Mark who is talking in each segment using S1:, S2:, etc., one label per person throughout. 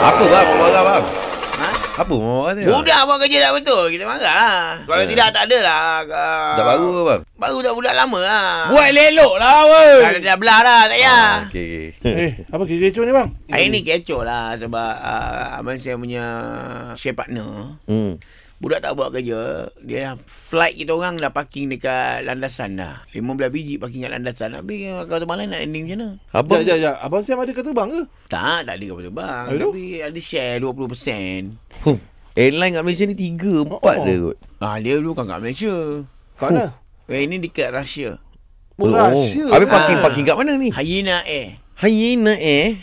S1: Apa bang? Buat marah bang?
S2: Ha?
S1: Apa buat marah ni? bang?
S2: Budak buat kerja tak betul. Kita marah lah. Kalau
S1: Ya.
S2: tidak, tak ada lah. Ah,
S1: Dah baru ke bang?
S2: Baru tak budak lama lah.
S3: Buat elok lah weh.
S2: Kalau dah belah dah, tak payah.
S1: Ah, Okey. okey.
S4: Eh, apa kekecoh ni bang?
S2: Hari ni kecoh lah sebab uh, abang saya punya share partner.
S1: Hmm.
S2: Budak tak buat kerja. Dia dah flight kita orang dah parking dekat landasan dah. 15 biji parking kat landasan. Habis kau tu malam nak ending macam mana?
S1: Abang
S4: Jap, jap, jap. Abang Sam ada kata bang ke?
S2: Tak, tak ada kata bang.
S4: Aduh.
S2: Tapi ada share 20%.
S1: Huh. Airline kat Malaysia ni 3 4 oh.
S4: Oh.
S1: dia kot.
S2: Ah, dia dulu kan kat Malaysia.
S4: Kat mana?
S2: Eh, ini dekat Rusia.
S4: Murah
S1: Oh.
S4: sya.
S1: Habis parking
S2: Ah.
S1: parking kat mana ni?
S2: Hyena Air.
S1: Hyena eh.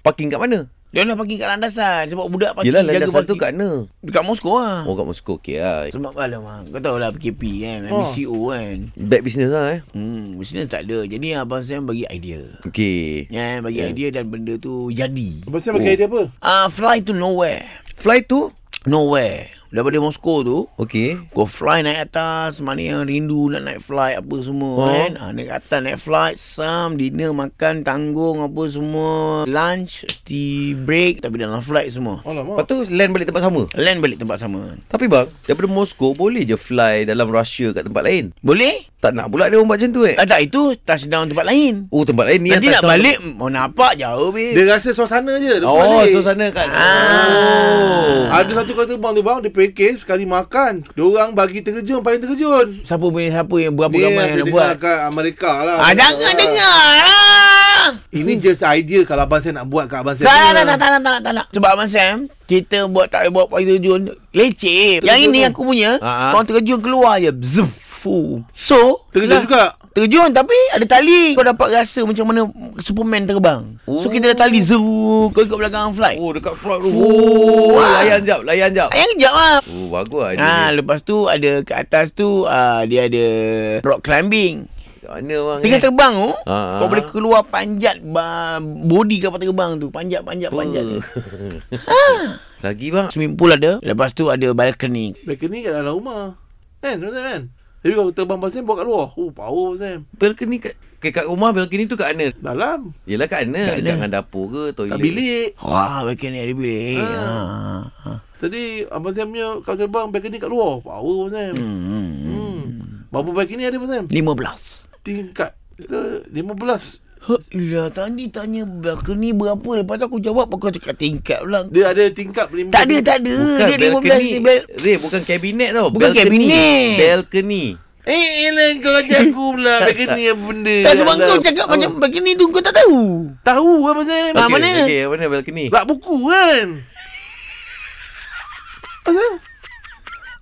S1: Parking kat mana?
S2: dia orang parking kat landasan sebab budak parking
S1: Yelah landasan tu kat
S2: parking.
S1: mana?
S2: dekat Moskow lah.
S1: Oh kat Moscow okey lah.
S2: Sebab alamak, kau tahu lah PKP kan,
S4: Oh.
S2: MCO kan.
S1: Bad business lah eh.
S2: Hmm, business tak ada. Jadi abang Sam bagi idea.
S1: Okey.
S2: Ya, bagi
S1: Ya.
S2: idea dan benda tu jadi.
S4: Abang Sam pakai idea apa?
S2: Ah, uh, fly to nowhere.
S1: Fly tu?
S2: Nowhere. Daripada Moskow tu,
S1: Okey.
S2: kau fly naik atas, mana yang rindu nak naik flight apa semua
S1: Oh.
S2: oh. kan. Ha, naik atas naik flight, sam, dinner, makan, tanggung apa semua. Lunch, tea break, tapi dalam flight semua.
S1: Lepas
S4: Alamak.
S1: tu land balik tempat sama.
S2: Land balik tempat sama.
S1: Tapi bang, daripada Moskow boleh je fly dalam Russia kat tempat lain.
S2: Boleh?
S1: Tak nak pula dia orang buat macam tu eh.
S2: Ah, tak, itu touchdown tempat lain.
S1: Oh tempat lain ni
S2: Nanti
S1: yang
S2: nak
S1: tak tahu.
S2: balik, oh nampak jauh babe.
S4: Ya, Dia rasa suasana je. dia
S1: Oh,
S4: balik.
S1: suasana kat.
S4: Oh.
S1: Oh,
S2: Ah.
S4: Ada satu kata bang tu bang, dia package sekali makan. Dia orang bagi terjun, paling terjun.
S2: Siapa punya siapa yang berapa ramai
S4: Ni yang
S2: yang
S4: dia
S2: nak buat.
S4: dengar kat Amerika lah.
S2: Ah, jangan dengar lah.
S4: Ini just idea kalau Abang Sam nak buat kat Abang
S2: Tak
S4: Sam.
S2: tak
S4: punya.
S2: tak tak tak nak, tak nak, tak nak. Sebab Abang Sam, kita buat tak boleh buat pagi terjun. Leceh. Yang
S4: Terjun
S2: ini
S4: tu.
S2: aku punya,
S1: Ha, ha.
S2: kau terjun keluar je. Bzfu. So,
S4: Terjun
S2: lah.
S4: juga.
S2: Terjun tapi ada tali. Kau dapat rasa macam mana Superman terbang. So
S1: Oh.
S2: kita ada tali. Zoo. Kau ikut belakang flight.
S1: Oh dekat flight tu.
S2: Fuh.
S1: Oh, layan jap, layan jap.
S2: Ayang kejap lah.
S1: Oh bagus lah idea
S2: Ha,
S1: ni.
S2: lepas tu ada kat atas tu ah, dia ada rock climbing.
S1: Kat mana bang?
S2: Tengah
S1: eh?
S2: terbang tu
S1: Ha, ha.
S2: Kau boleh keluar panjat ba- Body kapal terbang tu Panjat panjat
S1: Apa?
S2: panjat
S1: Lagi bang.
S2: Swimming pool ada Lepas tu ada balcony
S4: Balcony kat dalam rumah. Kan, betul tak, kan? Tapi kalau terbang Abang Sam buat kat luar. Oh, power Abang Sam.
S1: Balcony kat kat kat rumah balcony tu kat mana?
S4: Dalam.
S1: Yelah kat
S2: Kat
S1: mana? Dekat
S2: mana?
S1: dengan dapur ke toilet?
S4: Kat bilik.
S2: Wah balcony ada bilik
S4: Ha.
S2: ha. ha.
S4: Tadi Abang Sam punya kalau terbang balcony kat luar. Power Abang Sam. Hmm.
S2: Hmm.
S4: Berapa balcony ada Abang Sam?
S2: 15
S4: Tingkat ke 15.
S2: Ha, Ilah tadi tanya balcony berapa Lepas tu aku jawab Kau cakap tingkat pula
S4: Dia ada tingkat 15.
S2: Tak ada tak ada
S1: Bukan
S2: Dia 15 ni
S1: balcony.
S2: bal-
S1: Reh, bukan kabinet tau.
S2: Bukan kabinet.
S1: Balcony.
S4: Eh, elah kau ajak aku pula balcony apa benda.
S2: Tak sebab
S4: Alah.
S2: kau cakap macam balcony tu Kau tak tahu
S4: Tahu Abang Sam.
S2: Ah,
S1: Okey,
S2: mana?
S1: Okey, mana balcony?
S4: Rak buku kan. Abang Sam.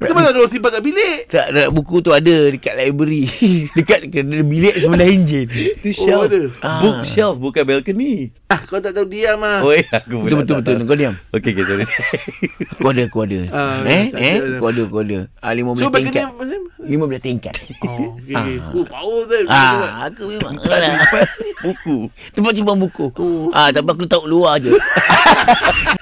S4: Kenapa tak ada orang simpan kat bilik?
S2: tak, rak buku tu ada dekat library Dekat ada bilik sebelah enjin
S1: Itu
S4: shelf.
S2: Ah.
S1: Oh, Bookshelf bukan balcony.
S4: Ah, kau tak tahu diam ah.
S1: Oi, aku pula.
S2: Betul-betul betul, Kau diam
S1: Okey, okey, sorry.
S2: Aku ada, aku ada.
S4: Ah,
S2: eh,
S4: tak
S2: eh,
S4: ada.
S2: aku ada, aku ada. Ah, 15
S4: So balcony
S2: tingkat.
S4: Abang Sam.
S2: 15 tingkat.
S4: Oh, okay. Oh, power Sam.
S2: ah, aku memang
S1: Buku.
S2: tempat simpan buku.
S4: Oh.
S2: Ah, tapi aku letak luar je.